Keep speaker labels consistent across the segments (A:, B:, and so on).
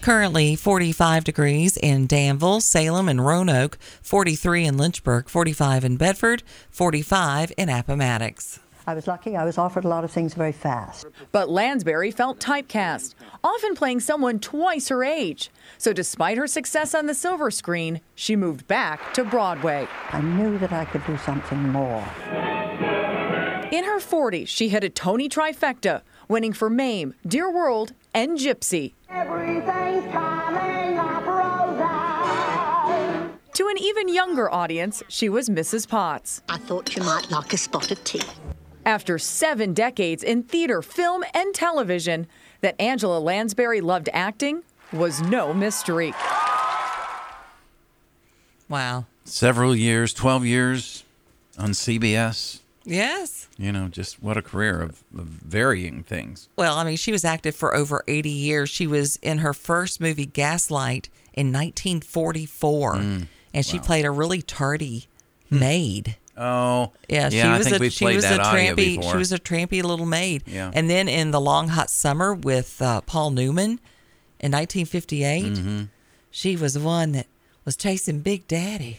A: Currently 45 degrees in Danville, Salem, and Roanoke, 43 in Lynchburg, 45 in Bedford, 45 in Appomattox.
B: I was lucky. I was offered a lot of things very fast.
C: But Lansbury felt typecast, often playing someone twice her age. So despite her success on the silver screen, she moved back to Broadway.
B: I knew that I could do something more.
C: In her 40s, she hit a Tony trifecta, winning for Mame, Dear World, and Gypsy. To an even younger audience, she was Mrs. Potts.
D: I thought you might like a spot of tea.
C: After seven decades in theater, film, and television, that Angela Lansbury loved acting was no mystery.
A: Wow.
E: Several years, 12 years on CBS.
A: Yes.
E: You know, just what a career of, of varying things.
A: Well, I mean, she was active for over 80 years. She was in her first movie, Gaslight, in 1944, and she played a really tardy maid.
E: Oh,
A: Yeah,
E: yeah
A: she
E: I
A: was
E: think
A: a
E: we've
A: she
E: played
A: was
E: that
A: a
E: audio
A: trampy
E: before.
A: she was a trampy little maid.
E: Yeah.
A: And then in the Long Hot Summer with uh, Paul Newman in 1958,
E: Mm-hmm.
A: she was the one that was chasing Big Daddy.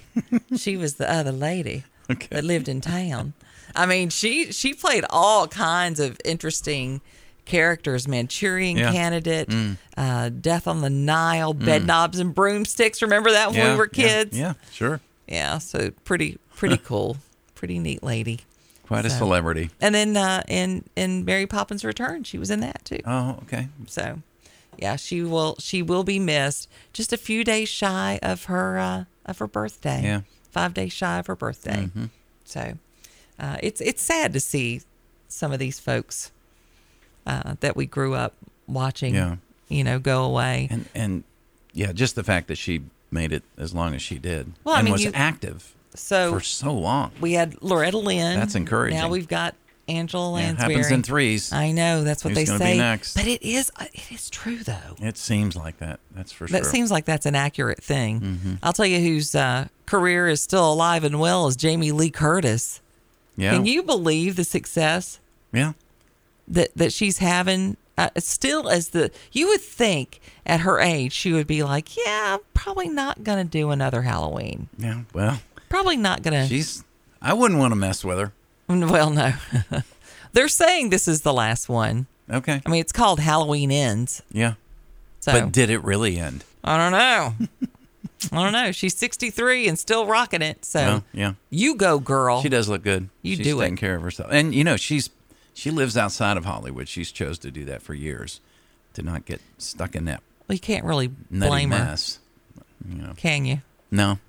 A: she was the other lady
E: Okay.
A: that lived in town. I mean, she she played all kinds of interesting characters: Manchurian
E: Yeah. Mm.
A: Candidate, uh, Death on the Nile, Bedknobs and Broomsticks. Remember that when we were kids?
E: Yeah, sure.
A: Yeah, so pretty pretty cool, pretty neat lady.
E: Quite a
A: So-
E: celebrity.
A: And then uh, in in Mary Poppins Return, she was in that too.
E: Oh, okay.
A: So, yeah, she will she will be missed. Just a few days shy of her uh, of her birthday.
E: Yeah. Mm-hmm.
A: five days shy of her birthday. So, uh, it's it's sad to see some of these folks uh, that we grew up watching.
E: Yeah.
A: You know, go away.
E: And and yeah, just the fact that she made it as long as she did
A: Well, I
E: and
A: mean,
E: was
A: you-
E: active
A: so
E: for so long.
A: we had Loretta Lynn.
E: That's encouraging.
A: Now we've got Angela
E: Yeah, it
A: Lansbury.
E: happens in threes.
A: I know that's what
E: Who's
A: they
E: gonna be
A: say.
E: next?
A: But it is uh, it is true though.
E: It seems like that. That's for
A: That
E: sure. Mm-hmm.
A: seems like that's an accurate thing. I'll tell you whose uh, career is still alive and well is Jamie Lee Curtis.
E: yeah.
A: Can you believe the success
E: yeah.
A: that that she's having? Uh, still, as the you would think at her age, she would be like, "Yeah, I'm probably not gonna do another Halloween.
E: Yeah. Well,
A: Probably not gonna."
E: she's I wouldn't want to mess with her.
A: well, no, they're saying this is the last one.
E: Okay.
A: I mean, it's called Halloween Ends.
E: yeah.
A: So
E: But did it really end?
A: I don't know. I don't know. She's 63 and still rocking it. So
E: Well, yeah.
A: you go, girl.
E: She does look good.
A: You
E: she's
A: do it.
E: taking care of herself, and you know she's she lives outside of Hollywood. She's chose to do that for years, to not get stuck in that
A: Well, you can't really
E: nutty
A: blame her,
E: mess.
A: can you?
E: No,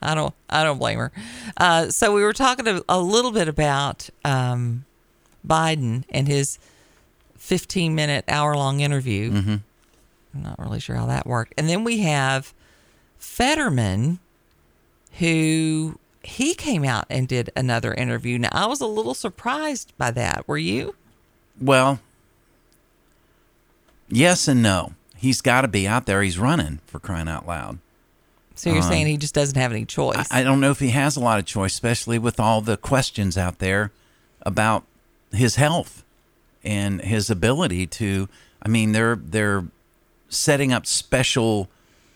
A: I don't. I don't blame her. Uh, so we were talking a, a little bit about um, Biden and his 15-minute, hour-long interview.
E: Mm-hmm.
A: I'm not really sure how that worked. And then we have Fetterman, who he came out and did another interview. Now I was a little surprised by that. Were you?
E: well, yes and no. He's got to be out there. He's running for crying out loud.
A: So you're saying he just doesn't have any choice?
E: Uh-huh. I, I don't know if he has a lot of choice, especially with all the questions out there about his health and his ability to. I mean, they're they're setting up special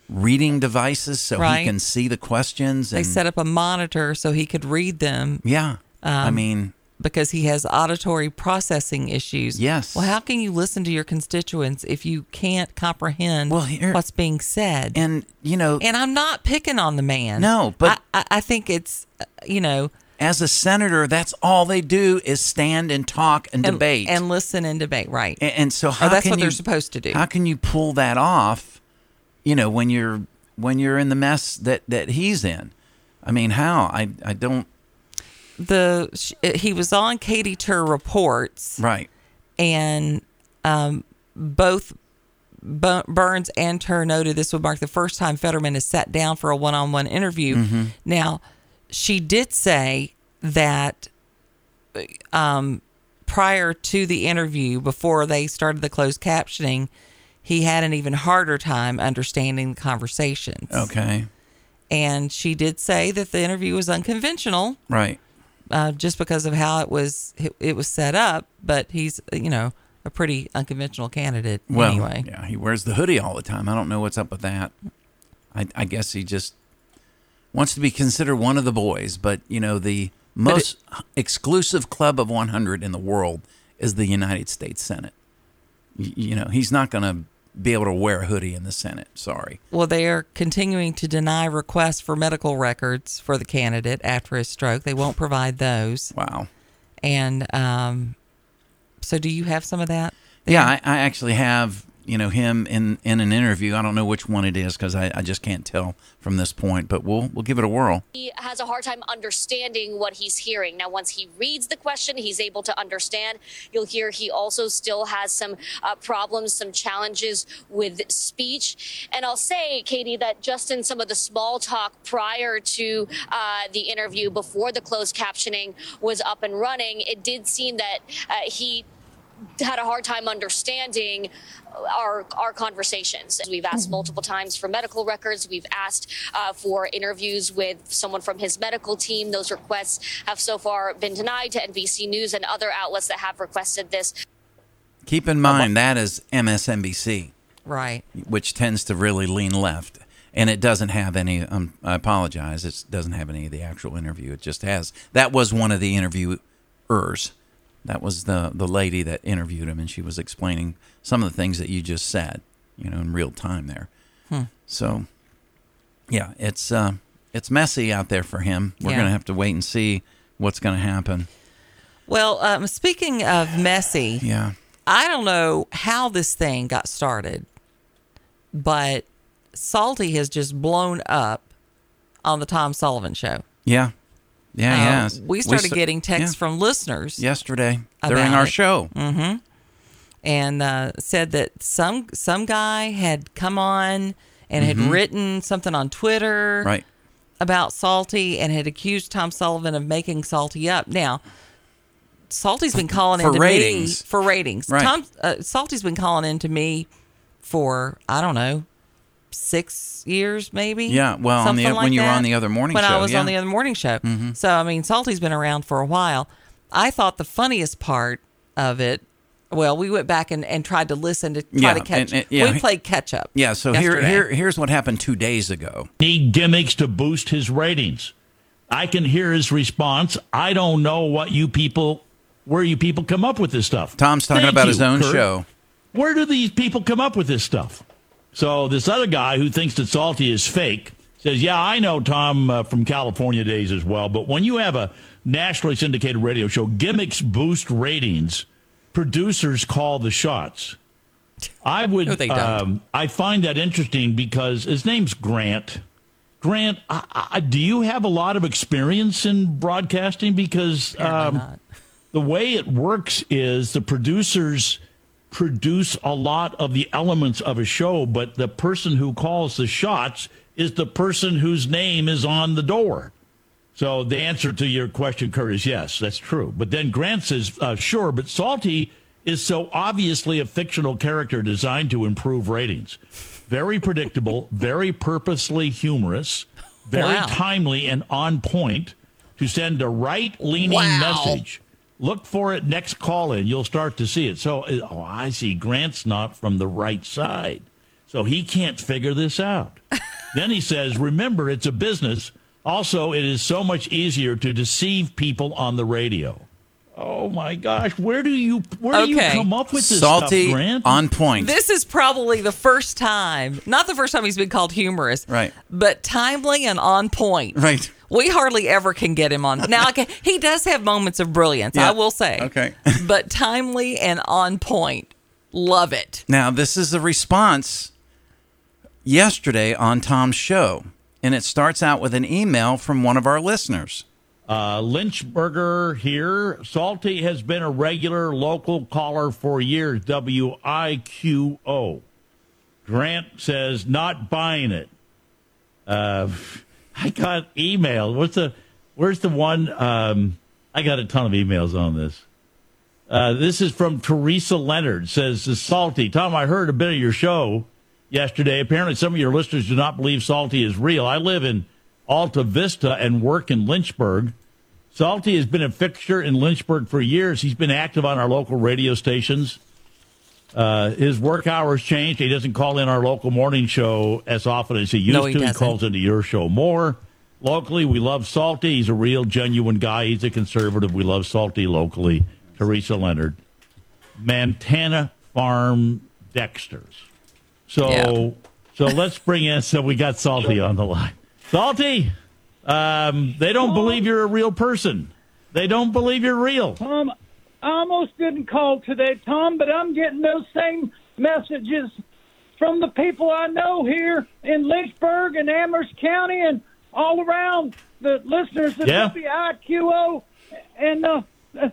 E: reading devices so
A: Right.
E: he can see the questions.
A: they
E: And,
A: set up a monitor so he could read them
E: yeah.
A: um,
E: I mean,
A: because he has auditory processing issues.
E: Yes.
A: Well, how can you listen to your constituents if you can't comprehend
E: Well, here-
A: what's being said? And,
E: and you know,
A: I'm not picking on the man.
E: No, but-
A: I, I, I think it's uh, you know
E: as a senator, that's all they do is stand and talk and,
A: and,
E: debate
A: and listen and debate, right?
E: And, and so how
A: Oh, that's
E: can
A: what they're
E: you-
A: supposed to do.
E: How can you pull that off? You know, when you're when you're in the mess that that he's in. I mean, how? I I don't.
A: the sh- he was on Katie Tur reports
E: Right.
A: and um, both. Bu- Burns and Tur noted this would mark the first time Fetterman has sat down for a one-on-one interview. Now, she did say that uh, um, prior to the interview, before they started the closed captioning, he had an even harder time understanding the conversations.
E: Okay.
A: And she did say that the interview was unconventional
E: Right.
A: uh, just because of how it was it, it was set up. But he's you know a pretty unconventional candidate
E: Well,
A: anyway.
E: yeah, he wears the hoodie all the time. I don't know what's up with that. I, I guess he just wants to be considered one of the boys. But you know, the most exclusive club of 100 in the world is the United States Senate. Y- you know, he's not going to be able to wear a hoodie in the Senate. Sorry.
A: Well, they are continuing to deny requests for medical records for the candidate after his stroke. They won't provide those.
E: Wow.
A: And um, so, do you have some of that?
E: Yeah, I, I actually have you know him in in an interview. I don't know which one it is because I, I just can't tell from this point. But we'll we'll give it a whirl.
F: he has a hard time understanding what he's hearing. Now, once he reads the question, he's able to understand. You'll hear he also still has some uh, problems, some challenges with speech. And I'll say, Katie, that just in some of the small talk prior to uh, the interview, before the closed captioning was up and running, it did seem that uh, he had a hard time understanding our our conversations. We've asked multiple times for medical records. We've asked uh, for interviews with someone from his medical team. Those requests have so far been denied to NBC News and other outlets that have requested this.
E: Keep in mind that is MSNBC.
A: Right.
E: which tends to really lean left. And it doesn't have any. Um, I apologize. It doesn't have any of the actual interview. It just has. That was one of the interviewers. That was the the lady that interviewed him, and she was explaining some of the things that you just said, you know, in real time there.
A: Hmm.
E: So, yeah, it's uh, it's messy out there for him. We're
A: Yeah.
E: gonna have to wait and see what's gonna happen.
A: Well, um, speaking of messy,
E: Yeah,
A: I don't know how this thing got started, but Salty has just blown up on the Tom Sullivan show.
E: yeah, yeah,
A: Um,
E: yeah.
A: We started
E: sta-
A: getting texts
E: yeah,
A: from listeners
E: yesterday during
A: about
E: our
A: it. Mm.
E: show.
A: and uh, said that some some guy had come on and had written something on Twitter
E: Mm-hmm. Right.
A: about Salty and had accused Tom Sullivan of making Salty up. Now, Salty's been calling
E: For
A: into
E: ratings.
A: me for ratings.
E: Right.
A: Tom uh, Salty's been calling into me for I don't know six years maybe.
E: Yeah, well, on the-
A: something
E: when you were on
A: that.
E: the other morning
A: when I
E: show,
A: was on
E: yeah. Mm-hmm.
A: the other morning show. So I mean, Salty's been around for a while. I thought the funniest part of it. Well, we went back and, and tried to listen to try
E: Yeah,
A: to catch.
E: and- and- yeah.
A: We played catch up.
E: Yeah, so
A: yesterday.
E: here, here here's what happened two days ago.
G: need gimmicks to boost his ratings. I can hear his response. I don't know what you people, where you people come up with this stuff.
E: Tom's talking
G: Thank
E: about
G: you,
E: his own
G: Kurt.
E: show.
G: Where do these people come up with this stuff? So this other guy who thinks that Salty is fake says, "Yeah, I know Tom uh, from California days as well, but when you have a nationally syndicated radio show, gimmicks boost ratings. Producers call the shots." I would.
A: No, they don't.
G: Um, I find that interesting because his name's Grant. Grant, I, I, do you have a lot of experience in broadcasting? Because um, the way it works is the producers produce a lot of the elements of a show, but the person who calls the shots is the person whose name is on the door. So the answer to your question, Kurt, is yes, that's true. But then Grant says, uh, sure, but Salty is so obviously a fictional character designed to improve ratings. Very predictable, very purposely humorous, very
A: Wow.
G: timely and on point to send a right leaning
A: Wow.
G: message. Look for it next call in. You'll start to see it. So, uh, oh, I see. Grant's not from the right side. So he can't figure this out. then he says, remember, it's a business. Also, it is so much easier to deceive people on the radio. Oh my gosh, where do you where do you
A: Okay.
G: come up with this
E: Salty
G: stuff, Grant?
E: on point.
A: This is probably the first time, not the first time he's been called humorous,
E: Right.
A: But timely and on point,
E: Right.
A: We hardly ever can get him on. Now, okay, he does have moments of brilliance,
E: Yeah.
A: I will say.
E: Okay.
A: but timely and on point, love it.
E: Now this is the response yesterday on Tom's show, and it starts out with an email from one of our listeners.
G: Uh, Lynchburger here. Salty has been a regular local caller for years. W I Q O. Grant says not buying it. Uh, I got email. What's the? Where's the one? Um, I got a ton of emails on this. Uh, this is from Teresa Leonard. Says Salty Tom. I heard a bit of your show yesterday. Apparently, some of your listeners do not believe Salty is real. I live in Alta Vista and work in Lynchburg. Salty has been a fixture in Lynchburg for years. He's been active on our local radio stations. Uh, his work hours changed. He doesn't call in our local morning show as often as he used
A: No, he
G: to. He
A: doesn't.
G: calls into your show more. Locally, we love Salty. He's a real, genuine guy. He's a conservative. We love Salty locally. Teresa Leonard, Montana Farm Dexters. So,
A: Yeah.
G: so let's bring in. So we got Salty on the line. Salty, um, they don't believe you're a real person. They don't believe you're real.
H: Um, I almost didn't call today, Tom, but I'm getting those same messages from the people I know here in Lynchburg and Amherst County and all around the listeners of
G: Yeah.
H: WIQO. And uh, uh,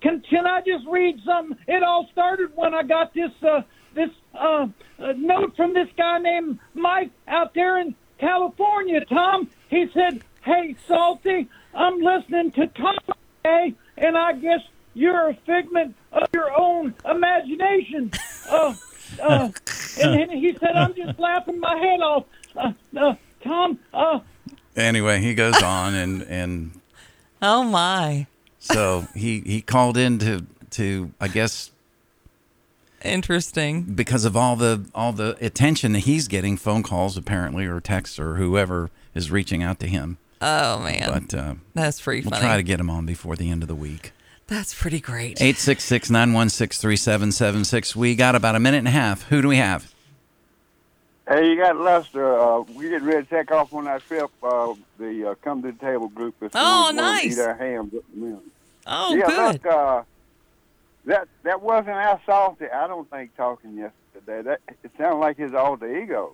H: can can I just read something? It all started when I got this uh, this uh, uh, note from this guy named Mike out there in California. Tom, he said, "Hey, Salty, I'm listening to Tom today, and I guess you're a figment of your own imagination." Uh, uh, and then he said, "I'm just laughing my head off." Uh, uh, Tom, uh,
E: Anyway, he goes on and and
A: Oh my!
E: so he he called in to to I guess
A: Interesting.
E: because of all the all the attention that he's getting, phone calls apparently or texts or whoever is reaching out to him.
A: Oh man,
E: But uh,
A: that's pretty
E: we'll
A: funny.
E: try to get him on before the end of the week.
A: That's pretty great.
E: 866-916-3776. We got about a minute and a half. Who do we have?
I: Hey, you got Lester. Uh, we getting ready to take off on that trip. Uh, the uh, come to the table group is
A: Oh,
I: going to
A: nice.
I: eat our hams at the mill.
A: Oh,
I: yeah,
A: good.
I: look, uh, that that wasn't our salty. I don't think talking yesterday. That it sounded like his alter ego.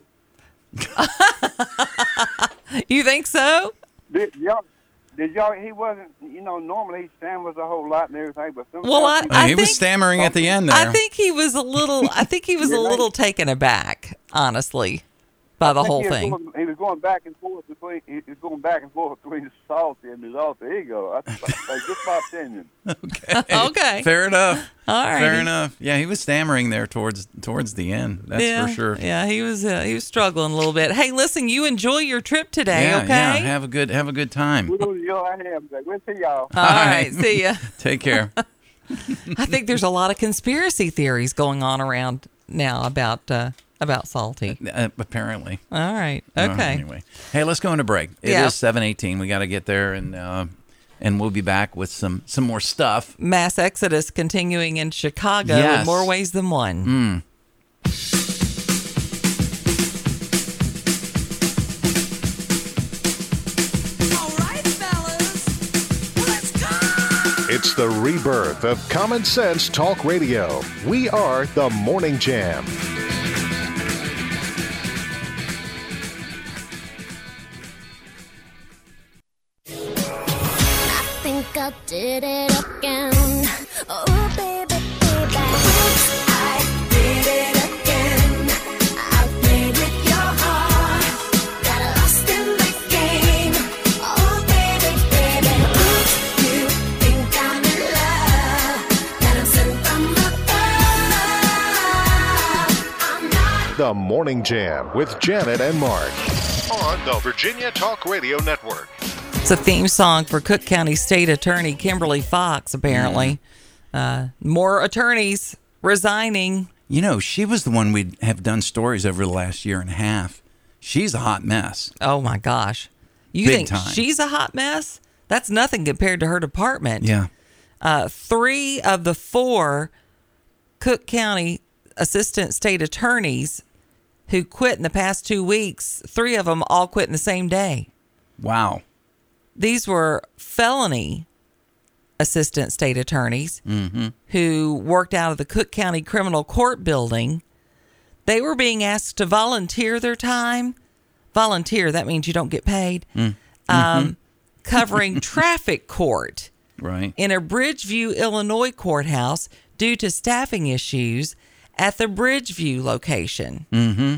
A: You think so?
I: Did y'all? Did y'all? He wasn't. You know, normally he stammers a whole lot and everything, but sometimes
A: Well, I-
I: he-
A: I
E: Oh, he was
A: think-
E: stammering at the end there.
A: I think he was a little. I think he was a
I: You're right.
A: little taken aback, honestly, by the
I: I think
A: whole
I: he was
A: thing.
I: Going, he was going back and forth between. He was going back and forth between salty and his alter ego. I, I, that's just my opinion.
A: okay.
E: Fair enough.
A: All right.
E: Fair enough. Yeah, he was stammering there towards towards the end. That's
A: yeah,
E: for sure.
A: Yeah, he was uh, he was struggling a little bit. Hey, listen, you enjoy your trip today,
E: yeah,
A: okay?
E: yeah. Have a good have a good time.
I: We're going to y'all hams. We'll see y'all.
A: All right, see ya.
E: Take care.
A: I think there's a lot of conspiracy theories going on around now about uh, about salty.
E: uh, apparently.
A: All right,
E: Uh,
A: okay.
E: anyway, hey, let's go into break. It is
A: Yeah.
E: seven eighteen. We got to get there, and uh, and we'll be back with some some more stuff.
A: Mass exodus continuing in Chicago
E: Yes.
A: in more ways than one.
J: It's the rebirth of Common Sense Talk Radio. We are the Morning Jam.
K: think I did it again. Oh, baby, baby. I did it again. I played with your heart. Got lost in the game. Oh, baby, baby. Oops, you think I'm in love. That I'm sent from above. I'm not.
J: The Morning Jam with Janet and Mark on the Virginia Talk Radio Network.
A: It's a theme song for Cook County State Attorney Kimberly Fox. Apparently, uh, more attorneys resigning.
E: You know, she was the one we have done stories over the last year and a half. She's a hot mess.
A: Oh my gosh, you
E: Big
A: think
E: time.
A: she's a hot mess? That's nothing compared to her department.
E: Yeah,
A: uh, three of the four Cook County assistant state attorneys who quit in the past two weeks, three of them all quit in the same day.
E: wow.
A: These were felony assistant state attorneys who worked out of the Cook County Criminal Court building. They were being asked to volunteer their time. Volunteer, that means you don't get paid. Um, covering traffic court
E: Right.
A: in a Bridgeview, Illinois courthouse due to staffing issues at the Bridgeview location. Mm-hmm.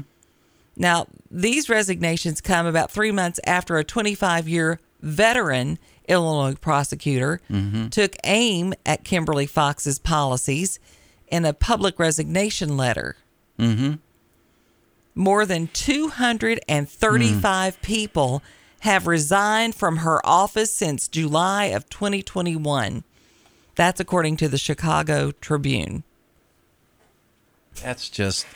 A: Now, these resignations come about three months after a 25 year veteran Illinois prosecutor took aim at Kimberly Fox's policies in a public resignation letter. More than
E: Hmm.
A: 235 people have resigned from her office since July of 2021. That's according to the Chicago Tribune.
E: That's just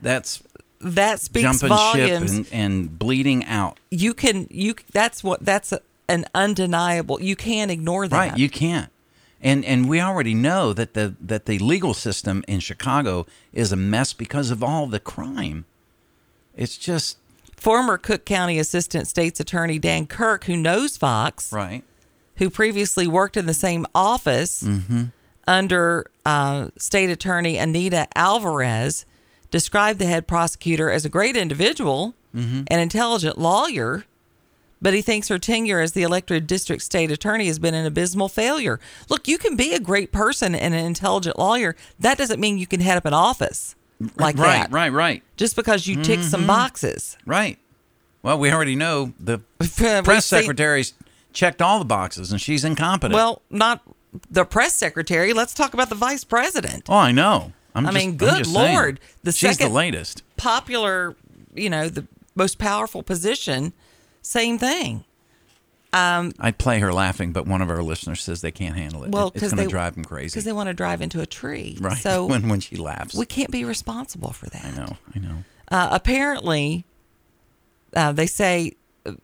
E: that's
A: That speaks
E: jumping
A: volumes.
E: ship and, and bleeding out.
A: you can you that's what that's a, an undeniable. You can't ignore that.
E: Right, you can't. And and we already know that the that the legal system in Chicago is a mess because of all the crime. It's just
A: Former Cook County Assistant State's Attorney Dan Kirk, who knows Fox,
E: right,
A: who previously worked in the same office
E: Mm-hmm.
A: under uh, State Attorney Anita Alvarez, described the head prosecutor as a great individual,
E: Mm-hmm.
A: an intelligent lawyer, but he thinks her tenure as the elected district state attorney has been an abysmal failure. Look, you can be a great person and an intelligent lawyer. That doesn't mean you can head up an office like
E: right,
A: that.
E: right, Mm-hmm. right,
A: Just because you tick some boxes.
E: right. Well, we already know the
A: We've
E: press
A: seen-
E: secretary's checked all the boxes and she's incompetent.
A: Well, not the press secretary. Let's talk about the vice president.
E: oh, I know. I'm
A: I
E: just-
A: mean,
E: I'm
A: good
E: just saying.
A: Lord, the
E: she's
A: second-
E: the latest.
A: Popular, you know, the most powerful position. Same thing. Um,
E: I'd play her laughing, but one of our listeners says they can't handle it.
A: well,
E: it's
A: because
E: going
A: they
E: to drive them
A: because
E: crazy.
A: they want to drive into a tree.
E: right.
A: So
E: when when she laughs,
A: we can't be responsible for that.
E: I know, I know.
A: Uh, apparently, uh, they say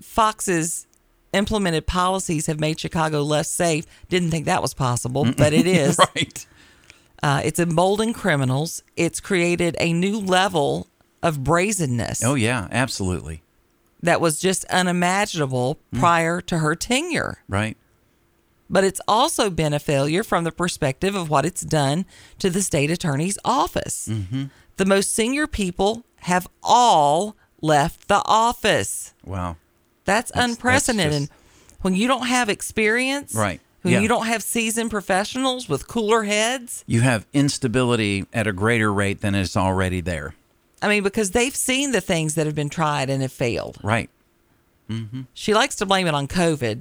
A: Fox's implemented policies have made Chicago less safe. Didn't think that was possible, but it is.
E: right.
A: Uh, it's emboldened criminals. It's created a new level of brazenness
E: Oh yeah, absolutely.
A: that was just unimaginable
E: Mm.
A: prior to her tenure.
E: Right.
A: But it's also been a failure from the perspective of what it's done to the state attorney's office.
E: Mm-hmm.
A: The most senior people have all left the office.
E: Wow.
A: That's,
E: That's- that's
A: unprecedented.
E: just-
A: when you don't have experience,
E: Right.
A: When
E: Yeah.
A: you don't have seasoned professionals with cooler heads,
E: You have instability at a greater rate than is already there.
A: I mean, because they've seen the things that have been tried and have failed.
E: Right.
A: She likes to blame it on COVID.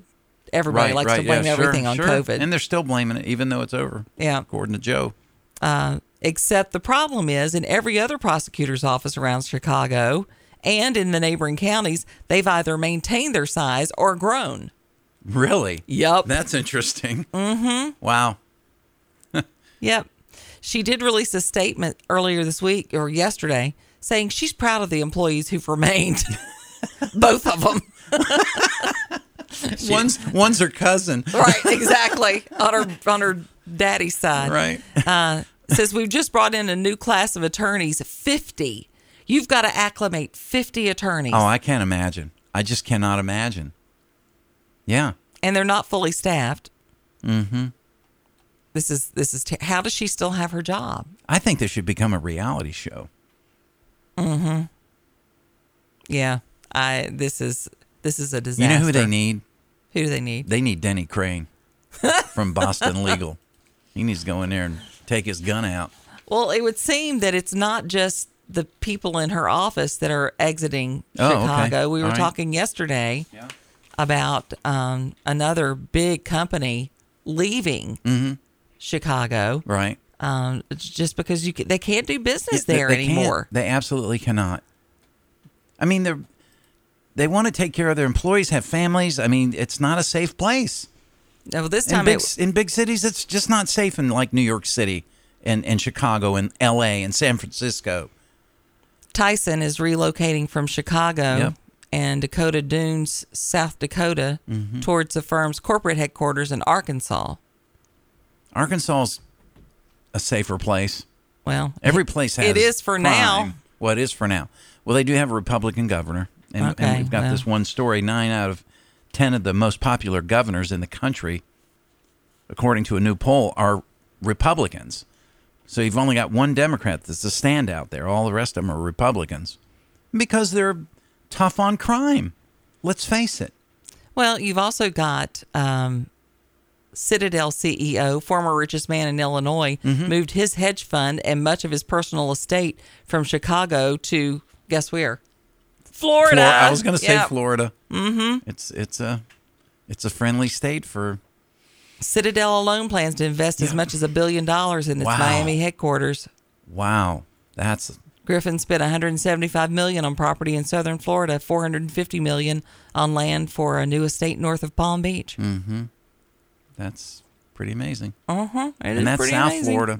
A: Everybody
E: right.
A: likes
E: right.
A: to blame
E: yeah, sure,
A: everything on
E: sure.
A: COVID.
E: and they're still blaming it, even though it's over.
A: Yeah.
E: According to Joe.
A: Uh, except the problem is, in every other prosecutor's office around Chicago and in the neighboring counties, they've either maintained their size or grown.
E: Really?
A: Yup.
E: That's interesting. Mm-hmm. Wow.
A: Yep. She did release a statement earlier this week or yesterday saying she's proud of the employees who've remained, both of them.
E: One's one's her cousin.
A: Right, exactly. on her on her daddy's side.
E: Right.
A: Uh, says we've just brought in a new class of attorneys, fifty. You've got to acclimate fifty attorneys,
E: Oh, I can't imagine. I just cannot imagine. Yeah.
A: and they're not fully staffed. Mm-hmm. This is this is. Ter- How does she still have her job?
E: I think this should become a reality show.
A: Yeah, I. This is this is a disaster.
E: You know who they need?
A: Who do they need?
E: They need Denny Crane from Boston Legal. He needs to go in there and take his gun out.
A: Well, it would seem that it's not just the people in her office that are exiting
E: Oh, okay.
A: Chicago. We were
E: All right.
A: talking yesterday about um, another big company leaving Chicago
E: Mm-hmm. Right.
A: um, it's just because you can, they can't do business
E: They-
A: there
E: they can't.
A: anymore.
E: They absolutely cannot. I mean, they're they want to take care of their employees, have families. I mean, it's not a safe place.
A: No, this
E: In
A: time
E: big,
A: it,
E: in big cities, it's just not safe in like New York City and, and Chicago and LA and San Francisco.
A: Tyson is relocating from Chicago
E: Yep.
A: and Dakota Dunes, South Dakota,
E: Mm-hmm.
A: towards the firm's corporate headquarters in Arkansas.
E: Arkansas's a safer place.
A: Well,
E: Every place has
A: It is for now.
E: What is for now? Well, they do have a Republican governor, and, and
A: Okay,
E: we've got
A: well.
E: this one story: nine out of ten of the most popular governors in the country, according to a new poll, are Republicans. So you've only got one Democrat that's a standout there. All the rest of them are Republicans because they're tough on crime. Let's face it.
A: Well, you've also got um, Citadel CEO, former richest man in Illinois,
E: Mm-hmm.
A: moved his hedge fund and much of his personal estate from Chicago to guess where? Florida.
E: Flor- I was going to say
A: Yep.
E: Florida. Mm-hmm. It's it's a it's a friendly state for
A: Citadel alone plans to invest as much as a billion dollars in its
E: Wow.
A: Miami headquarters.
E: wow. That's
A: Griffin spent 175 million on property in southern Florida, 450 million on land for a new estate north of Palm Beach.
E: Mm. that's pretty amazing.
A: Uh huh.
E: and that's South Florida.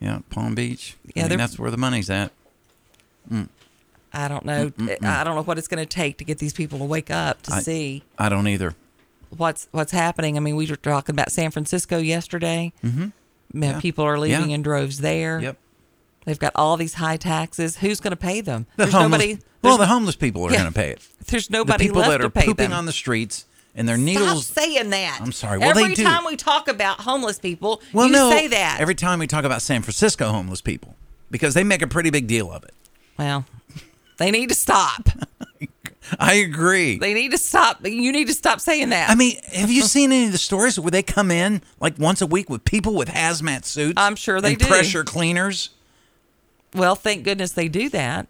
E: Yeah, Palm Beach.
A: Yeah, they're-
E: I mean, that's where the money's at. Mm.
A: I don't know.
E: Mm-mm-mm.
A: I don't know what it's going to take to get these people to wake up to
E: I-
A: see
E: I don't either.
A: what's what's happening. I mean, we were talking about San Francisco yesterday.
E: Mm-hmm.
A: Man,
E: Yeah.
A: People are leaving
E: Yeah.
A: in droves there.
E: Yep.
A: They've got all these high taxes. Who's going to pay them?
E: The
A: there's
E: homeless,
A: nobody.
E: well, the
A: there's-
E: homeless people are
A: Yeah.
E: going to pay it.
A: There's nobody
E: The people
A: left
E: that
A: to
E: are
A: pay
E: pooping
A: them.
E: on the streets and their
A: Stop
E: needles.
A: saying that.
E: I'm sorry. Well,
A: every
E: they do.
A: time we talk about homeless people,
E: well,
A: you
E: no.
A: say that.
E: Every time we talk about San Francisco homeless people, because they make a pretty big deal of it.
A: well, they need to stop.
E: I agree.
A: They need to stop. You need to stop saying that.
E: I mean, have you seen any of the stories where they come in like once a week with people with hazmat suits?
A: I'm sure they
E: and
A: do.
E: Pressure cleaners,
A: well, thank goodness they do that.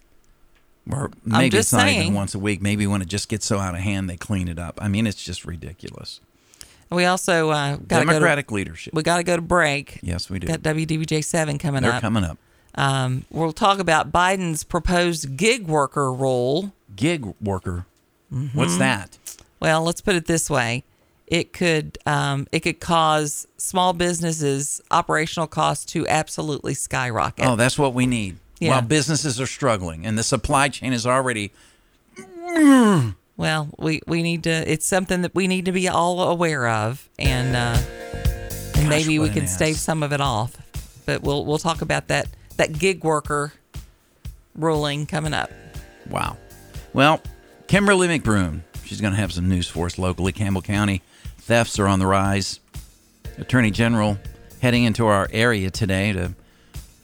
E: or maybe
A: just
E: it's not
A: saying.
E: even once a week. Maybe when it just gets so out of hand, they clean it up. I mean, it's just ridiculous.
A: We also uh, got
E: Democratic
A: go to,
E: leadership.
A: We got to go to break.
E: Yes, we do.
A: Got WDBJ seven coming
E: They're
A: up.
E: coming up.
A: Um, we'll talk about Biden's proposed gig worker rule.
E: Gig worker. What's
A: Mhm.
E: that?
A: Well, let's put it this way: it could um, it could cause small businesses' operational costs to absolutely skyrocket.
E: Oh, that's what we need.
A: Yeah.
E: While businesses are struggling and the supply chain is already
A: Well, we, we need to. It's something that we need to be all aware of, and uh, and maybe we
E: what an
A: can stave some of it off. But we'll we'll talk about that that gig worker ruling coming up.
E: Wow. Well, Kimberly McBroom, she's going to have some news for us locally. Campbell County thefts are on the rise. Attorney General heading into our area today to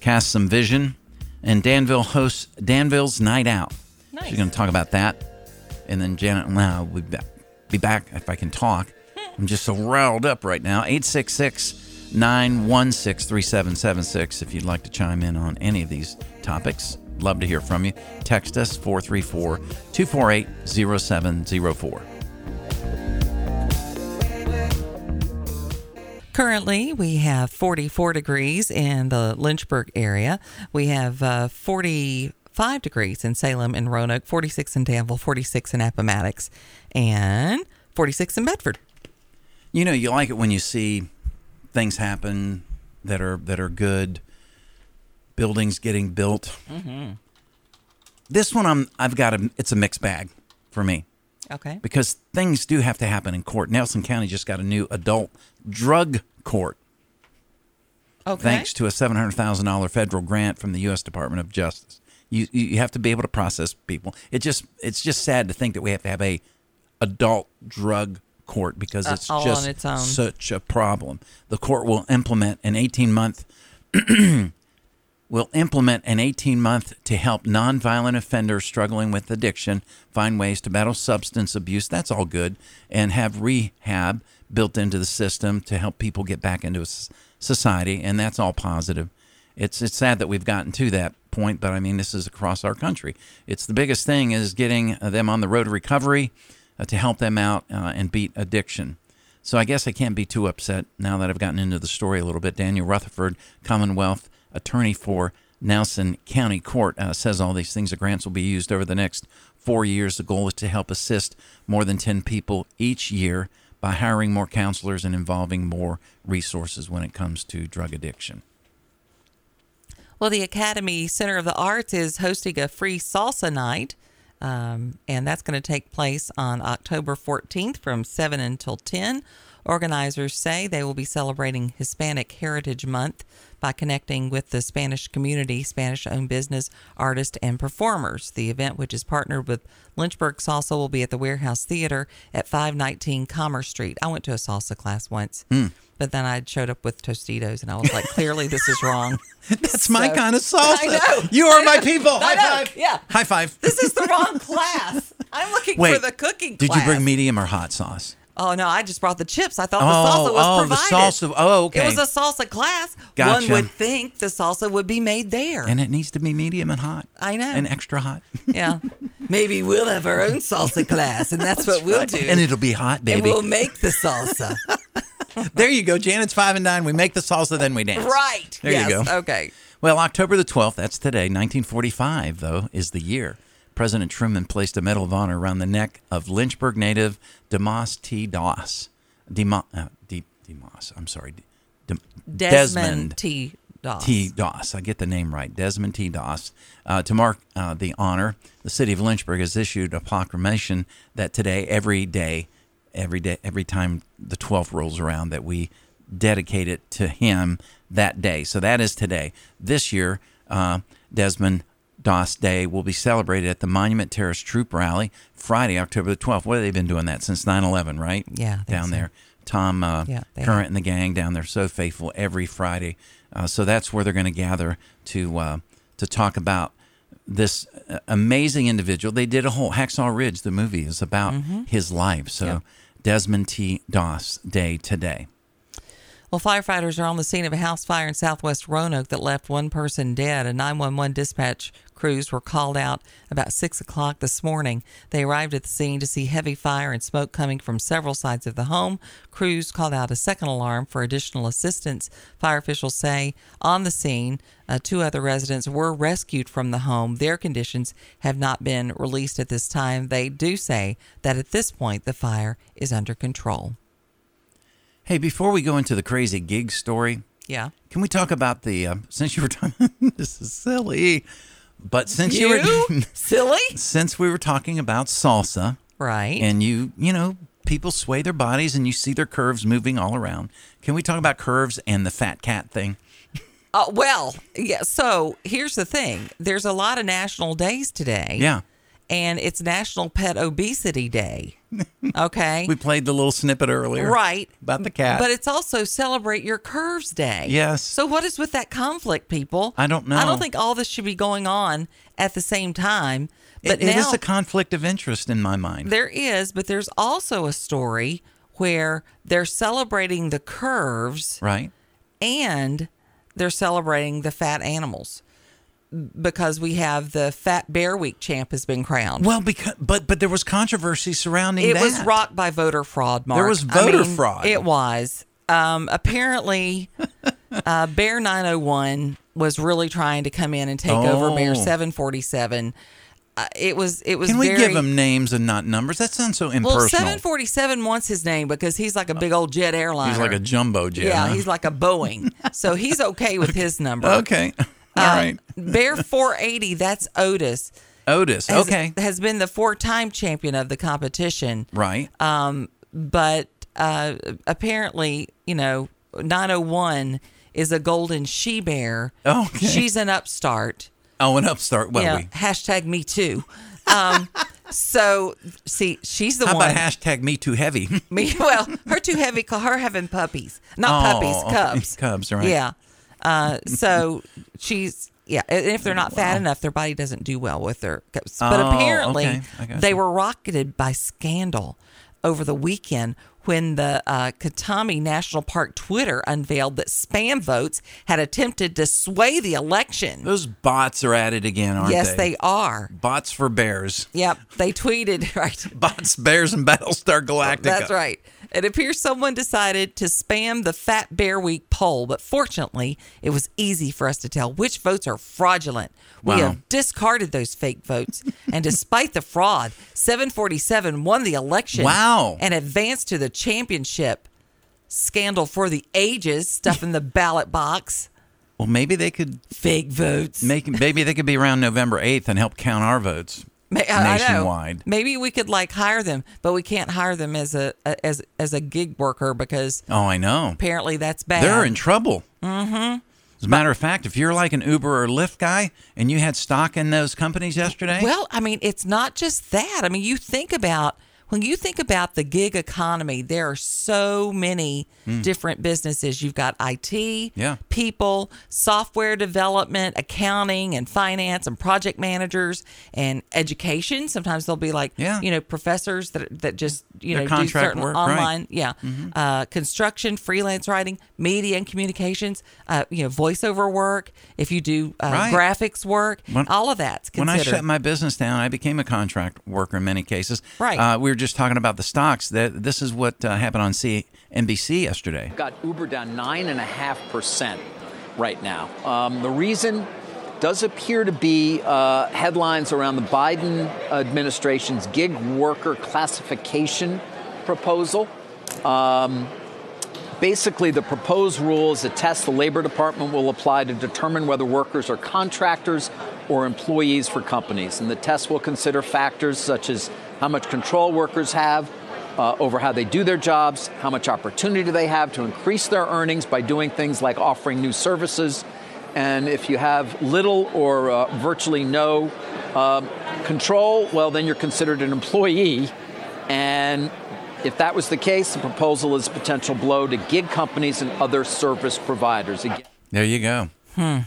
E: cast some vision. And Danville hosts Danville's Night Out.
A: Nice.
E: She's going to talk about that. And then Janet and I will be back, be back if I can talk. I'm just so riled up right now. 866 916 3776 if you'd like to chime in on any of these topics. Love to hear from you. Text us 434 248 0704.
A: Currently, we have 44 degrees in the Lynchburg area. We have uh, 45 degrees in Salem and Roanoke, 46 in Danville, 46 in Appomattox, and 46 in Bedford.
E: You know, you like it when you see things happen that are that are good. Buildings getting built. This one, I'm I've got a it's a mixed bag for me.
A: Okay.
E: because things do have to happen in court. Nelson County just got a new adult drug court
A: Okay.
E: thanks to a $700,000 federal grant from the U.S. Department of Justice. You, you you have to be able to process people. It just it's just sad to think that we have to have a adult drug court because
A: Uh,
E: it's
A: all on
E: just
A: its own.
E: such a problem. The court will implement an 18 month will implement an 18 month to help nonviolent offenders struggling with addiction find ways to battle substance abuse. That's all good. And have rehab built into the system to help people get back into s- society. And that's all positive. It's, it's sad that we've gotten to that point, but I mean, this is across our country. It's the biggest thing is getting uh, them on the road to recovery uh, to help them out uh, and beat addiction. So I guess I can't be too upset now that I've gotten into the story a little bit. Daniel Rutherford, Commonwealth attorney for Nelson County Court, uh, says all these things. The grants will be used over the next four years. The goal is to help assist more than 10 people each year by hiring more counselors and involving more resources when it comes to drug addiction.
A: Well, the Academy Center of the Arts is hosting a free salsa night, um, and that's going to take place on October 14th from 7 until 10. Organizers say they will be celebrating Hispanic Heritage Month by connecting with the Spanish community, Spanish owned business, artists, and performers. The event, which is partnered with Lynchburg Salsa, will be at the Warehouse Theater at 519 Commerce Street. I went to a salsa class once, but then I showed up with Tostitos and I was like, clearly this is wrong.
E: That's my kind of salsa.
A: I know.
E: You are my people.
A: I
E: High
A: know.
E: five.
A: Yeah.
E: High five.
A: This is the wrong class. I'm looking for the cooking
E: did
A: class.
E: you bring medium or hot sauce?
A: Oh no, I just brought the chips. I thought the salsa
E: Oh,
A: was
E: oh, the
A: provided.
E: salsa- oh, okay.
A: It was a salsa class. One
E: Gotcha.
A: would think the salsa would be made there.
E: And it needs to be medium and hot.
A: I know.
E: And extra hot.
A: yeah. Maybe we'll have our own salsa class, and that's, what we'll do.
E: And it'll be hot, baby.
A: And we'll make the salsa.
E: There you go. Janet's five and nine. We make the salsa, then we dance.
A: right.
E: There
A: yes. Uh,
E: you go.
A: Okay.
E: Well, October the 12th, that's today, 1945, though, is the year. President Truman placed a Medal of Honor around the neck of Lynchburg native Demas T. Doss. Dema, uh, De, Demas, I'm sorry. De, De-
A: Desmond, T. Doss.
E: T. Doss. I get the name right. Desmond T. Doss. Uh, to mark uh, the honor, the city of Lynchburg has issued a proclamation that today, every day, every day, every time the 12th rolls around, that we dedicate it to him that day. So that is today. This year, uh, Desmond Doss Day will be celebrated at the Monument Terrace Troop Rally Friday, October the 12th. What have they been doing that since 9 11, right?
A: Yeah, I think
E: Down
A: so.
E: there. Tom uh,
A: Yeah, they
E: Current and the gang down there, so faithful every Friday. Uh, so that's where they're going to gather to uh, to talk about this uh, amazing individual. They did a whole Hacksaw Ridge, the movie, is about
A: Mm-hmm.
E: his life. So
A: Yep.
E: Desmond T. Doss Day today.
A: Well, firefighters are on the scene of a house fire in southwest Roanoke that left one person dead. And 911 dispatch crews were called out about 6 o'clock this morning. They arrived at the scene to see heavy fire and smoke coming from several sides of the home. Crews called out a second alarm for additional assistance. Fire officials say on the scene, uh, two other residents were rescued from the home. Their conditions have not been released at this time. They do say that at this point, the fire is under control.
E: Hey, before we go into the crazy gig story,
A: Yeah.
E: Can we talk about the uh, since you were talking? this is silly, but since you, were
A: You? silly,
E: since we were talking about salsa,
A: Right.
E: And you, you know, people sway their bodies and you see their curves moving all around. Can we talk about curves and the fat cat thing?
A: Uh, well, yeah. So here's the thing: there's a lot of national days today.
E: Yeah.
A: and it's National Pet Obesity Day. Okay,
E: We played the little snippet earlier,
A: right
E: About the cat,
A: But it's also Celebrate Your Curves Day.
E: Yes.
A: So what is with that conflict, people?
E: I don't
A: I
E: know.
A: don't think all this should be going on at the same time. But
E: It- it
A: now
E: is a conflict of interest in my mind.
A: There is, but there's also a story where they're celebrating the curves
E: right?
A: and they're celebrating the fat animals because we have the Fat Bear Week champ has been crowned.
E: Well, because but but there was controversy surrounding
A: it
E: that.
A: was rocked by voter fraud, Mark.
E: was
A: I
E: voter
A: mean,
E: fraud.
A: It was. Um, apparently, uh, Bear 901 was really trying to come in and take over Bear
E: Oh.
A: 747. Uh, it was. It was.
E: Can we
A: very,
E: give them names and not numbers? That sounds so impersonal.
A: Well, 747 wants his name because he's like a big old jet airliner.
E: He's like a jumbo jet.
A: yeah,
E: huh?
A: he's like a Boeing. so he's okay with his number.
E: okay. all right.
A: Bear 480, that's Otis.
E: Otis.
A: has-
E: okay.
A: Has been the four time champion of the competition.
E: right.
A: Uh, But uh, apparently, you know, 901 is a golden she bear.
E: Okay.
A: She's an upstart.
E: oh, an upstart. Well,
A: Yeah.
E: we.
A: Hashtag me too. Um, so, see, she's the
E: How
A: one.
E: about hashtag me too heavy?
A: me, well, her too heavy, ca- her having puppies. Not
E: Oh,
A: puppies,
E: okay.
A: cubs.
E: Cubs, right.
A: Yeah. Uh, so she's, yeah. And if they're not fat enough, their body doesn't do well with their cubs. But
E: Oh,
A: apparently,
E: okay. I got
A: they
E: you.
A: were rocketed by scandal over the weekend when the uh, Katami National Park Twitter unveiled that spam votes had attempted to sway the election.
E: Those bots are at it again, aren't
A: yes,
E: they?
A: they are.
E: Bots for bears.
A: Yep. They tweeted, right.
E: Bots, bears, and Battlestar Galactica.
A: That's right. It appears someone decided to spam the Fat Bear Week poll, but fortunately, it was easy for us to tell which votes are fraudulent.
E: Wow.
A: We have discarded those fake votes, and despite the fraud, 747 won the election.
E: Wow.
A: And advanced to the championship. Scandal for the ages, stuff in the ballot box,
E: Well, maybe they could
A: fake votes.
E: make. Maybe they could be around November eighth and help count our votes
A: Ma- I- I know.
E: nationwide.
A: Maybe we could like hire them, but we can't hire them as a as as a gig worker because
E: Oh, I know.
A: apparently that's bad.
E: They're in trouble. Mm-hmm. As a matter of fact, if you're like an Uber or Lyft guy and you had stock in those companies yesterday,
A: Well, I mean, it's not just that. I mean, you think about when you think about the gig economy, there are so many different businesses. You've got IT,
E: Hmm. Yeah.
A: people, software development, accounting and finance and project managers and education. Sometimes they'll be like,
E: Yeah.
A: you know, professors that that just, you
E: Their
A: know, do
E: contract
A: certain
E: work, right. Mm-hmm.
A: online, yeah. Uh, construction, freelance writing, media and communications, uh, you know, voiceover work, if you do uh,
E: Right.
A: graphics work,
E: When-
A: all of that's
E: when
A: considered.
E: I shut my business down, I became a contract worker in many cases.
A: Right.
E: Uh, we were just talking about the stocks. That this is what uh, happened on CNBC yesterday.
L: got Uber down nine and a half percent right now. Um, the reason does appear to be uh, headlines around the Biden administration's gig worker classification proposal. Um, Basically, the proposed rule is a test the Labor Department will apply to determine whether workers are contractors or employees for companies. And the test will consider factors such as how much control workers have uh, over how they do their jobs, how much opportunity they have to increase their earnings by doing things like offering new services, and if you have little or uh, virtually no uh, control, well, then you're considered an employee. And if that was the case, the proposal is a potential blow to gig companies and other service providers. Again-
E: There you go.
A: Hmm.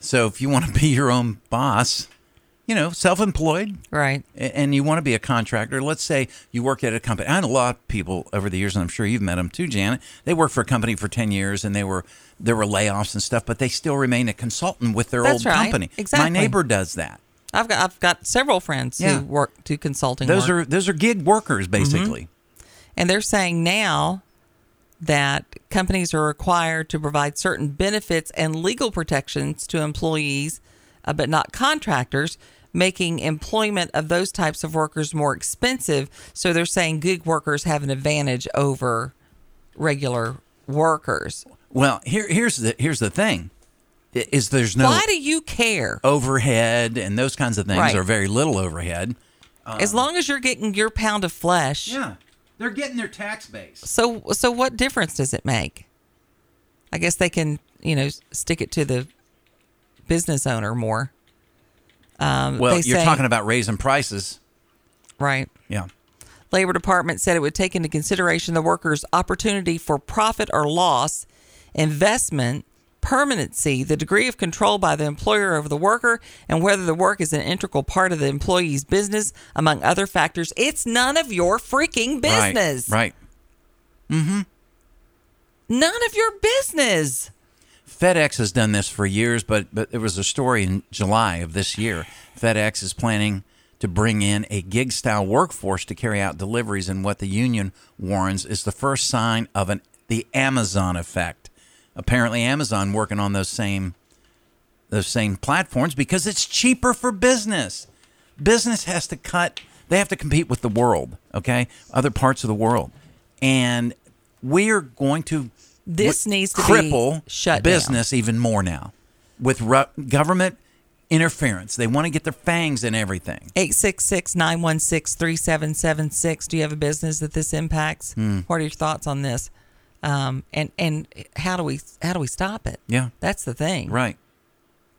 E: So if you want to be your own boss, you know, self-employed,
A: right?
E: And you want to be a contractor. Let's say you work at a company. I had a lot of people over the years, and I'm sure you've met them too, Janet. They worked for a company for 10 years, and they were there were layoffs and stuff, but they still remain a consultant with their
A: That's
E: old
A: right.
E: company.
A: Exactly.
E: My neighbor does that.
A: I've got I've got several friends
E: Yeah.
A: who work do consulting.
E: Those
A: work. Mm-hmm.
E: are those are gig workers basically.
A: And they're saying now that companies are required to provide certain benefits and legal protections to employees, uh, but not contractors, making employment of those types of workers more expensive. So they're saying gig workers have an advantage over regular workers.
E: Well, here here's the here's the thing. I- Is there's no
A: Why do you care?
E: Oh, overhead and those kinds of things
A: Right.
E: or very little overhead. Uh,
A: As long as you're getting your pound of flesh,
E: yeah, they're getting their tax base.
A: So so what difference does it make? I guess they can you know s- stick it to the business owner more. Um,
E: well,
A: they
E: you're
A: say-
E: talking about raising prices.
A: right.
E: Yeah.
A: Labor Department said it would take into consideration the worker's opportunity for profit or loss, investment, permanency, the degree of control by the employer over the worker, and whether the work is an integral part of the employee's business, among other factors. It's none of your freaking
E: Right,
A: business.
E: Right. Mm-hmm.
A: None of your business.
E: FedEx has done this for years, but but there was a story in July of this year. FedEx is planning to bring in a gig style workforce to carry out deliveries in what the union warns is the first sign of an the Amazon effect. Apparently Amazon working on those same those same platforms because it's cheaper for business. Business has to cut, they have to compete with the world, okay? Other parts of the world. And we're going to
A: This
E: w-
A: needs to be
E: cripple
A: shut down.
E: business even more now with ru- government interference. They want to get their fangs in everything.
A: 866 916 3776. Do you have a business that this impacts?
E: Hmm.
A: What are your thoughts on this? Um, and and how do we how do we stop it?
E: Yeah.
A: that's the thing,
E: Right.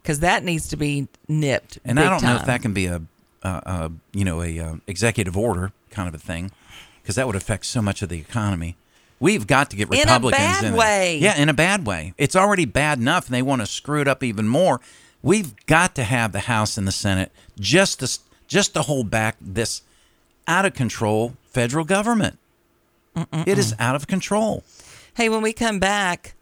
A: Because that needs to be nipped.
E: And I
A: big
E: don't know if
A: time.
E: that can be a, a, a you know a um, executive order kind of a thing, because that would affect so much of the economy. We've got to get
A: In a
E: Republicans
A: bad
E: in it.
A: way.
E: Yeah, in a bad way. It's already bad enough, and they want to screw it up even more. We've got to have the House and the Senate just to s- just to hold back this out of control federal government. It is out of control.
A: Hey, when we come back,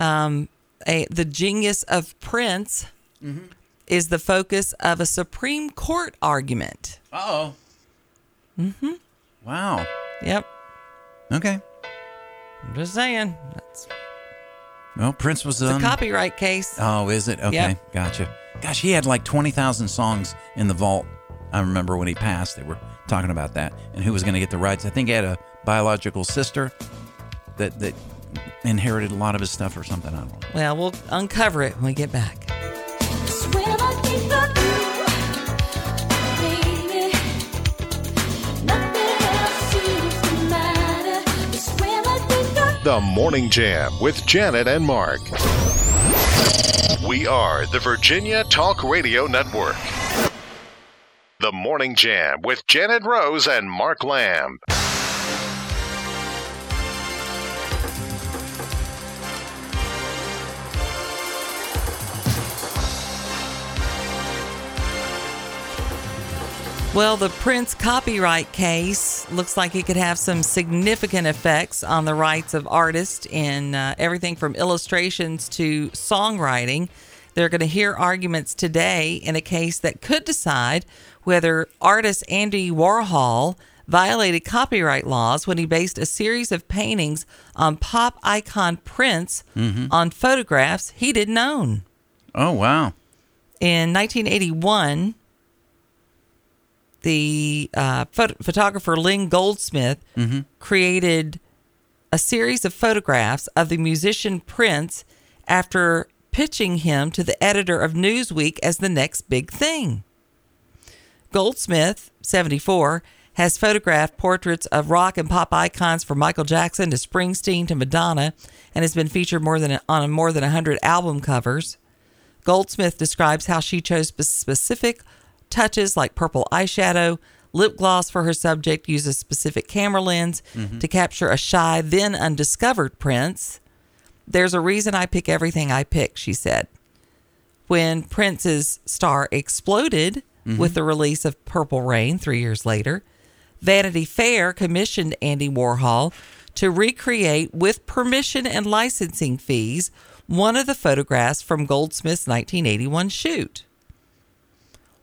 A: um, a, the genius of Prince
E: Mm-hmm.
A: is the focus of a Supreme Court argument.
E: Uh oh.
A: Mm-hmm.
E: Wow.
A: Yep.
E: Okay.
A: I'm just saying. That's
E: Well, Prince was
A: it's
E: on
A: a copyright case.
E: Oh, is it? Okay,
A: Yep.
E: gotcha. Gosh, he had like 20,000 songs in the vault. I remember when he passed, they were talking about that and who was going to get the rights. I think he had a biological sister that, that inherited a lot of his stuff or something. I don't know.
A: Well, we'll uncover it when we get back.
K: Swim deep of you, baby. Nothing else seems to matter. Swim deep of
J: The Morning Jam with Janet and Mark. We are the Virginia Talk Radio Network. The Morning Jam with Janet Rose and Mark Lamb.
A: Well, the Prince copyright case looks like it could have some significant effects on the rights of artists in uh, everything from illustrations to songwriting. They're going to hear arguments today in a case that could decide whether artist Andy Warhol violated copyright laws when he based a series of paintings on pop icon Prince
E: Mhm.
A: on photographs he didn't own.
E: Oh, wow.
A: In 1981, the uh, phot- photographer Lynn Goldsmith
E: Mm-hmm.
A: created a series of photographs of the musician Prince after pitching him to the editor of Newsweek as the next big thing. Goldsmith, 74, has photographed portraits of rock and pop icons from Michael Jackson to Springsteen to Madonna and has been featured more than on more than 100 album covers. Goldsmith describes how she chose spe- specific touches like purple eyeshadow, lip gloss for her subject, used a specific camera lens
M: Mhm.
A: to capture a shy, then undiscovered Prince. There's a reason I pick everything I pick, she said. When Prince's star exploded with the release of Purple Rain three years later, Vanity Fair commissioned Andy Warhol to recreate, with permission and licensing fees, one of the photographs from Goldsmith's 1981 shoot.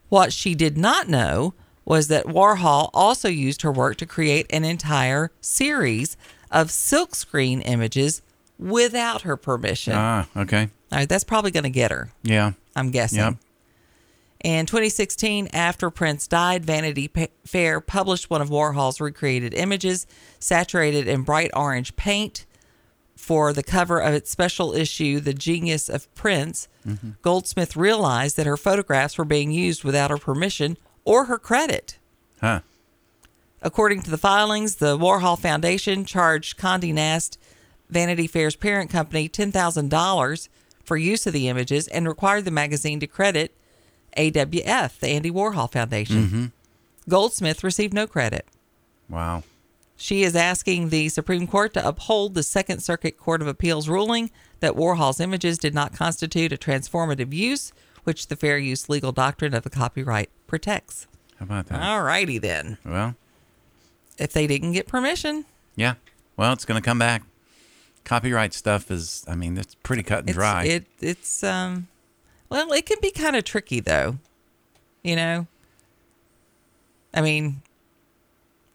A: What she did not know was that Warhol also used her work to create an entire series of silkscreen images without her permission.
E: Ah, okay.
A: All right, that's probably going to get her.
E: Yeah.
A: I'm guessing.
E: Yep.
A: In 2016, after Prince died, Vanity Pa- Fair published one of Warhol's recreated images, saturated in bright orange paint, for the cover of its special issue, The Genius of Prince.
M: Mhm.
A: Goldsmith realized that her photographs were being used without her permission or her credit.
E: Huh.
A: According to the filings, the Warhol Foundation charged Condé Nast, Vanity Fair's parent company, $10,000 for use of the images and required the magazine to credit AWF, the Andy Warhol Foundation.
E: Mhm.
A: Goldsmith received no credit.
E: Wow.
A: She is asking the Supreme Court to uphold the Second Circuit Court of Appeals ruling that Warhol's images did not constitute a transformative use, which the fair use legal doctrine of the copyright protects.
E: How about that?
A: All righty then.
E: Well,
A: If they didn't get permission,
E: yeah. Well, it's going to come back. Copyright stuff is, I mean, it's pretty cut and
A: it's,
E: dry.
A: it it's um well, it can be kind of tricky though. You know? I mean,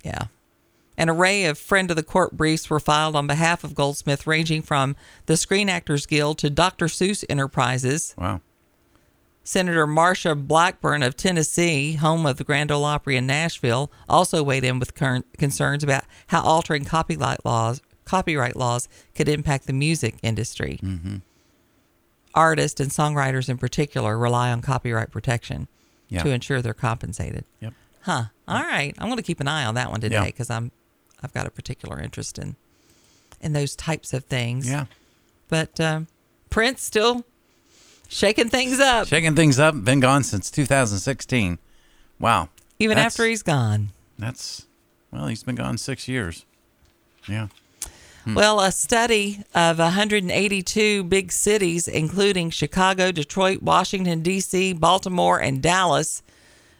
A: yeah. An array of friend of the court briefs were filed on behalf of Goldsmith, ranging from the Screen Actors Guild to Dr. Seuss Enterprises.
E: Wow.
A: Senator Marsha Blackburn of Tennessee, home of the Grand Ole Opry in Nashville, also weighed in with current concerns about how altering copyright laws copyright laws could impact the music industry.
E: Mm-hmm.
A: Artists and songwriters in particular rely on copyright protection
E: Yeah.
A: to ensure they're compensated.
E: Yep.
A: Huh. All right. I'm going to keep an eye on that one today
E: Yeah.
A: because I'm I've got a particular interest in in those types of things.
E: Yeah.
A: But um, Prince still shaking things up.
E: Shaking things up. Been gone since 2016. Wow.
A: Even
E: That's-
A: after he's gone.
E: That's, well, he's been gone six years. Yeah. Hmm.
A: Well, a study of 182 big cities, including Chicago, Detroit, Washington, D.C., Baltimore, and Dallas,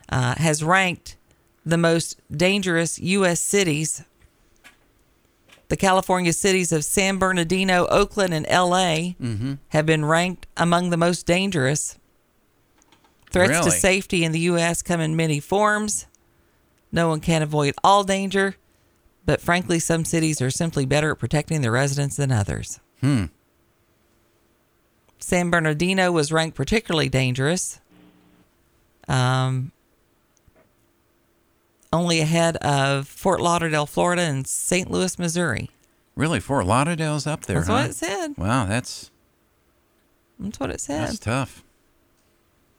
A: uh, has ranked the most dangerous U.S. cities. The California cities of San Bernardino, Oakland, and L.A.
M: Mhm.
A: have been ranked among the most dangerous. Threats to
M: Really?
A: safety in the U.S. come in many forms. No one can avoid all danger, but frankly, some cities are simply better at protecting their residents than others.
E: Hmm.
A: San Bernardino was ranked particularly dangerous, um, only ahead of Fort Lauderdale, Florida, and St. Louis, Missouri.
E: Really, Fort Lauderdale's up there.
A: That's what
E: huh?
A: it said.
E: Wow, that's
A: That's what it said.
E: that's tough.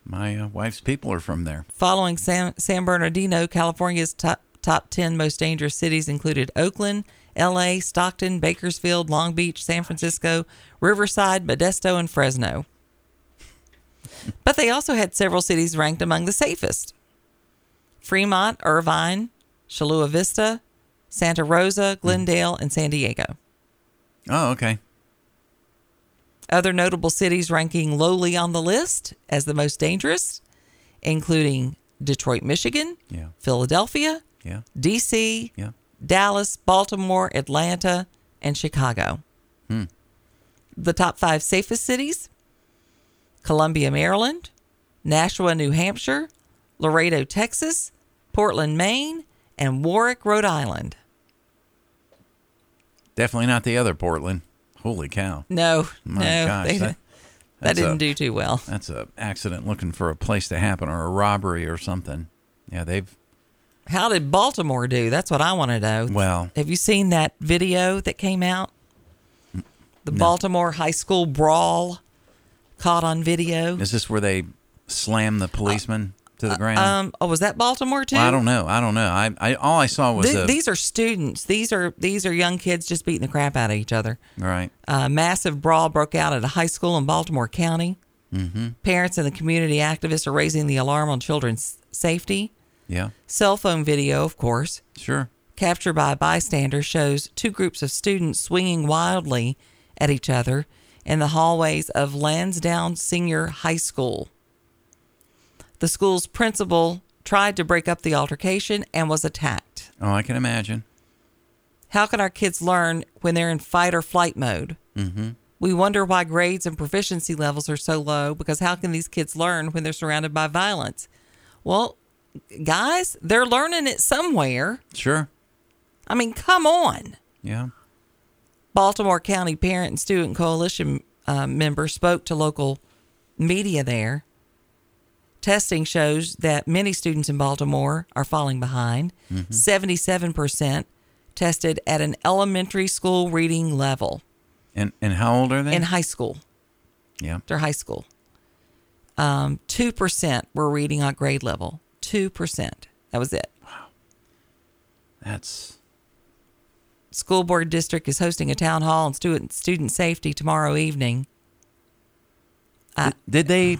E: My uh, wife's people are from there.
A: Following San, San Bernardino, California's top, top 10 most dangerous cities included Oakland, LA, Stockton, Bakersfield, Long Beach, San Francisco, Riverside, Modesto, and Fresno. But they also had several cities ranked among the safest Fremont, Irvine, Chalua Vista, Santa Rosa, Glendale, and San Diego.
E: Oh, okay.
A: Other notable cities ranking lowly on the list as the most dangerous, including Detroit, Michigan,
E: Yeah.
A: Philadelphia,
E: Yeah.
A: D.C.,
E: Yeah.
A: Dallas, Baltimore, Atlanta, and Chicago.
E: Hmm.
A: The top five safest cities Columbia, Maryland, Nashua, New Hampshire, Laredo, Texas, Portland, Maine, and Warwick, Rhode Island.
E: Definitely not the other Portland. Holy cow.
A: No,
E: My
A: no,
E: gosh,
A: they-
E: that,
A: that
E: that's
A: didn't do too well.
E: That's a accident looking for a place to happen or a robbery or something. Yeah, they've
A: How did Baltimore do? That's what I want to know.
E: Well,
A: have you seen that video that came out? The
E: No.
A: Baltimore high school brawl caught on video.
E: Is this where they slam the policeman to the ground?
A: Um, oh, was that Baltimore too?
E: Well, I don't know. I don't know. I, I all I saw was
A: Th-
E: a,
A: these are students. These are these are young kids just beating the crap out of each other.
E: right.
A: A massive brawl broke out at a high school in Baltimore County.
E: Mm-hmm.
A: Parents and the community activists are raising the alarm on children's safety.
E: Yeah.
A: Cell phone video, of course,
E: Sure.
A: captured by a bystander, shows two groups of students swinging wildly at each other in the hallways of Lansdowne Senior High School. The school's principal tried to break up the altercation and was attacked.
E: Oh, I can imagine.
A: How can our kids learn when they're in fight or flight mode?
E: Mm-hmm.
A: We wonder why grades and proficiency levels are so low because how can these kids learn when they're surrounded by violence? Well, guys, they're learning it somewhere.
E: Sure.
A: I mean, come on.
E: Yeah.
A: Baltimore County Parent and Student Coalition uh, member spoke to local media there. Testing shows that many students in Baltimore are falling behind.
K: Mhm.
A: 77% tested at an elementary school reading level
E: And and how old are they?
A: in high school.
E: yeah.
A: after high school. Um, 2% were reading on grade level. 2%. That was it.
E: That's
A: School board district is hosting a town hall on student, student safety tomorrow evening. I-
E: Did they?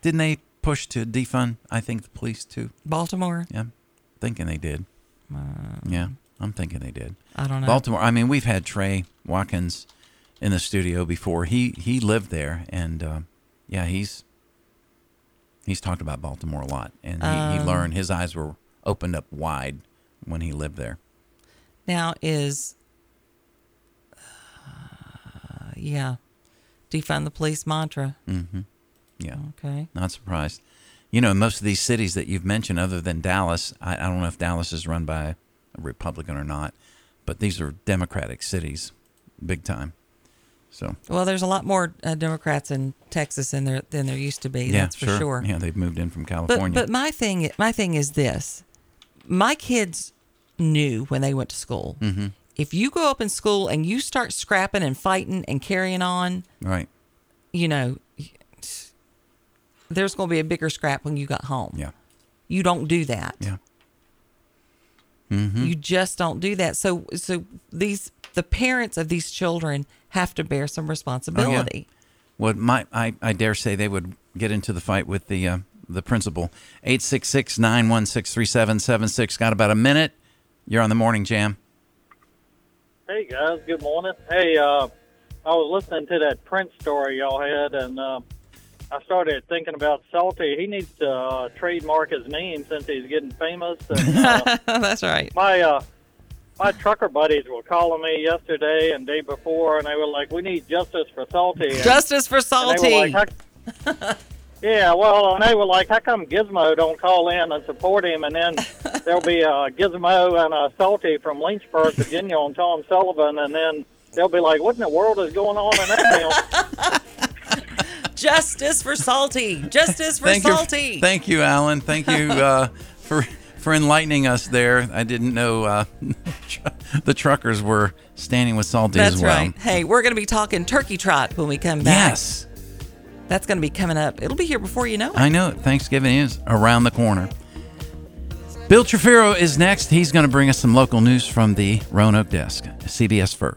E: Didn't they push to defund? I think the police too.
A: Baltimore?
E: Yeah, I'm thinking they did. yeah, I'm thinking they did.
A: Uh, I don't know.
E: Baltimore. I mean, we've had Trey Watkins in the studio before. He he lived there, and uh, yeah, he's he's talked about Baltimore a lot, and he, he
A: Um,
E: learned his eyes were opened up wide when he lived there.
A: Now is, uh, yeah, defund the police mantra.
E: Mm-hmm. Yeah.
A: Okay.
E: Not surprised. You know, most of these cities that you've mentioned, other than Dallas, I, I don't know if Dallas is run by a Republican or not, but these are Democratic cities, big time. So,
A: Well, there's a lot more uh, Democrats in Texas than there, than there used to be.
E: yeah,
A: that's for
E: sure.
A: sure.
E: Yeah, they've moved in from
A: But,
E: California.
A: but my thing my thing is this. My kids knew when they went to school.
E: Mhm.
A: If you go up in school and you start scrapping and fighting and carrying on,
E: right.
A: you know, there's going to be a bigger scrap when you got home.
E: Yeah.
A: You don't do that.
E: Yeah. Mm-hmm.
A: You just don't do that. So so these the parents of these children have to bear some responsibility.
E: Well, my, I, I dare say they would get into the fight with the uh, the principal. 866 916 3776. Got about a minute. You're on the morning jam.
M: Hey guys, good morning. Hey, uh, I was listening to that Prince story y'all had, and uh, I started thinking about Salty. He needs to uh, trademark his name since he's getting famous. And, uh,
E: Oh,
A: That's right.
M: my uh, my trucker buddies were calling me yesterday and day before, and they were like, "We need justice for Salty." And-
A: Justice for
M: and they were
A: Salty.
M: like, "How- yeah, well, and they were like, "How come Gizmo don't call in and support him?" And then there'll be a Gizmo and a Salty from Lynchburg, Virginia, on Tom Sullivan, and then they'll be like, "What in the world is going on in that film?"
A: Justice for Salty. Justice for
E: thank
A: Salty.
E: You, thank you, Alan. Thank you uh, for for enlightening us there. I didn't know uh, the truckers were standing with salty
A: That's
E: as well.
A: right. Hey, we're going to be talking turkey trot when we come back.
E: Yes.
A: That's going to be coming up. It'll be here before you know it.
E: I know it. Thanksgiving is around the corner. Bill Trefiro is next. He's going to bring us some local news from the Roanoke desk. CBS first.